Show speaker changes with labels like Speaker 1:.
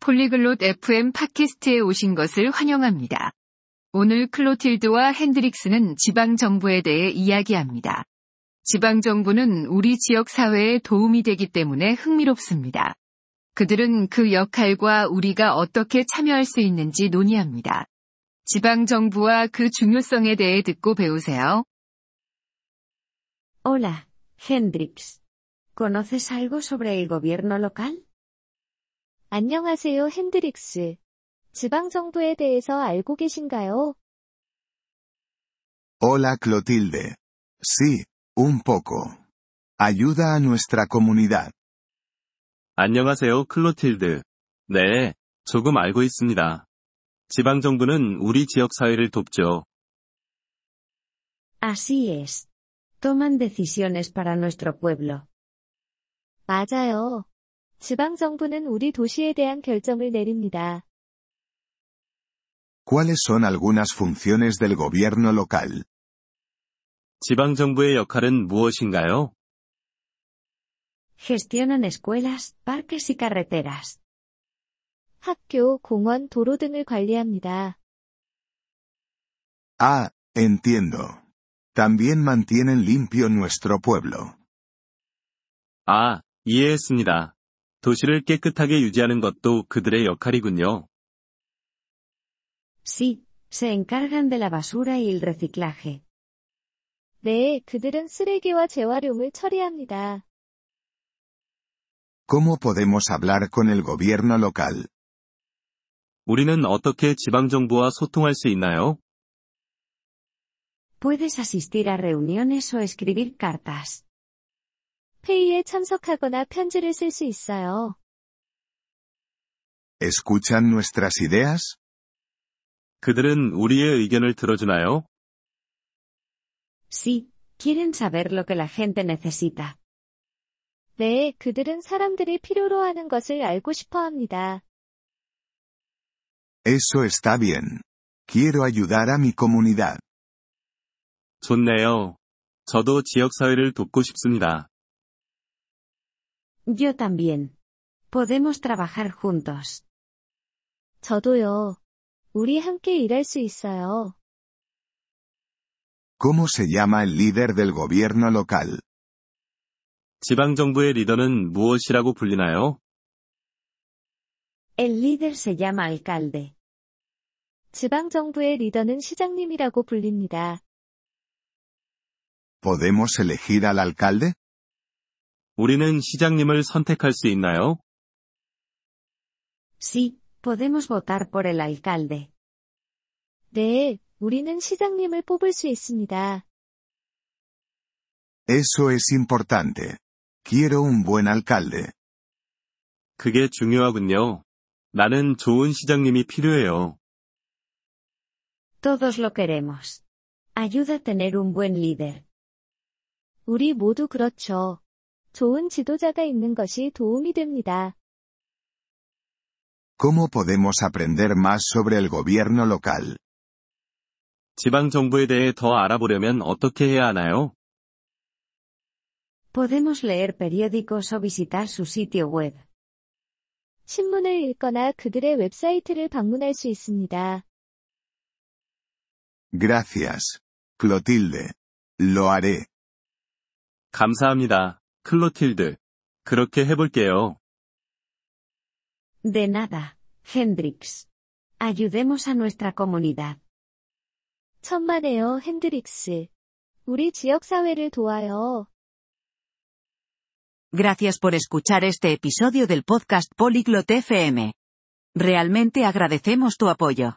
Speaker 1: 폴리글롯 FM 팟캐스트에 오신 것을 환영합니다. 오늘 클로틸드와 핸드릭스는 지방정부에 대해 이야기합니다. 지방정부는 우리 지역사회에 도움이 되기 때문에 흥미롭습니다. 그들은 그 역할과 우리가 어떻게 참여할 수 있는지 논의합니다. 지방정부와 그 중요성에 대해 듣고 배우세요.
Speaker 2: Hola, Hendrix. ¿Conoces algo sobre el gobierno local?
Speaker 3: 안녕하세요, 핸드릭스. 지방정부에 대해서 알고 계신가요?
Speaker 4: Hola Clotilde. Sí, un poco. Ayuda a nuestra comunidad.
Speaker 5: 안녕하세요, 클로틸드. 네, 조금 알고 있습니다. 지방정부는 우리 지역사회를 돕죠.
Speaker 2: Así es. Toman decisiones para nuestro pueblo.
Speaker 3: 맞아요. 지방정부는 우리 도시에 대한 결정을 내립니다.
Speaker 4: ¿Cuáles son algunas funciones del gobierno local?
Speaker 5: 지방정부의 역할은 무엇인가요?
Speaker 2: Gestionan escuelas, parques y carreteras.
Speaker 3: 학교, 공원, 도로 등을 관리합니다.
Speaker 4: Ah, entiendo. También mantienen limpio nuestro pueblo.
Speaker 5: 아, 이해했습니다. 도시를 깨끗하게 유지하는 것도 그들의 역할이군요.
Speaker 2: Sí, se encargan de la basura y el reciclaje.
Speaker 3: 네, 그들은 쓰레기와 재활용을 처리합니다.
Speaker 4: ¿Cómo podemos hablar con el gobierno local?
Speaker 5: 우리는 어떻게 지방정부와 소통할 수 있나요?
Speaker 2: Puedes asistir a reuniones o escribir cartas.
Speaker 3: 회의에 참석하거나 편지를 쓸 수 있어요.
Speaker 4: ¿Escuchan nuestras ideas?
Speaker 5: 그들은 우리의 의견을 들어주나요?
Speaker 2: Sí, quieren saber lo que la gente necesita.
Speaker 3: 네, 그들은 사람들이 필요로 하는 것을 알고 싶어 합니다.
Speaker 4: Eso está bien. Quiero ayudar a mi comunidad.
Speaker 5: 좋네요. 저도 지역사회를 돕고 싶습니다.
Speaker 2: Yo también. Podemos trabajar juntos.
Speaker 3: 저도요. 우리 함께 일할 수 있어요.
Speaker 4: ¿Cómo se llama el líder del gobierno local?
Speaker 5: 지방정부의 리더는 무엇이라고 불리나요?
Speaker 2: El líder se llama alcalde.
Speaker 3: 지방정부의 리더는 시장님이라고 불립니다.
Speaker 4: ¿Podemos elegir al alcalde?
Speaker 5: 우리는 시장님을 선택할 수 있나요?
Speaker 2: Sí, podemos votar por el alcalde.
Speaker 3: 네, 우리는 시장님을 뽑을 수 있습니다.
Speaker 4: Eso es importante. Quiero un buen alcalde.
Speaker 5: 그게 중요하군요. 나는 좋은 시장님이 필요해요.
Speaker 2: Todos lo queremos. Ayuda a tener un buen líder.
Speaker 3: 우리 모두 그렇죠. 좋은 지도자가 있는 것이 도움이 됩니다.
Speaker 4: ¿Cómo podemos aprender más sobre el gobierno local?
Speaker 5: 지방정부에 대해 더 알아보려면 어떻게 해야 하나요?
Speaker 2: Podemos leer periódicos o visitar su sitio web.
Speaker 3: 신문을 읽거나 그들의 웹사이트를 방문할 수 있습니다.
Speaker 4: Gracias. Clotilde. Lo haré.
Speaker 5: 감사합니다, 클로틸드. 그렇게 해볼게요.
Speaker 2: De nada, Hendrix. Ayudemos a nuestra comunidad.
Speaker 3: 천만에요, 핸드릭스. 우리 지역사회를 도와요.
Speaker 6: Gracias por escuchar este episodio del podcast Polyglot FM. Realmente agradecemos tu apoyo.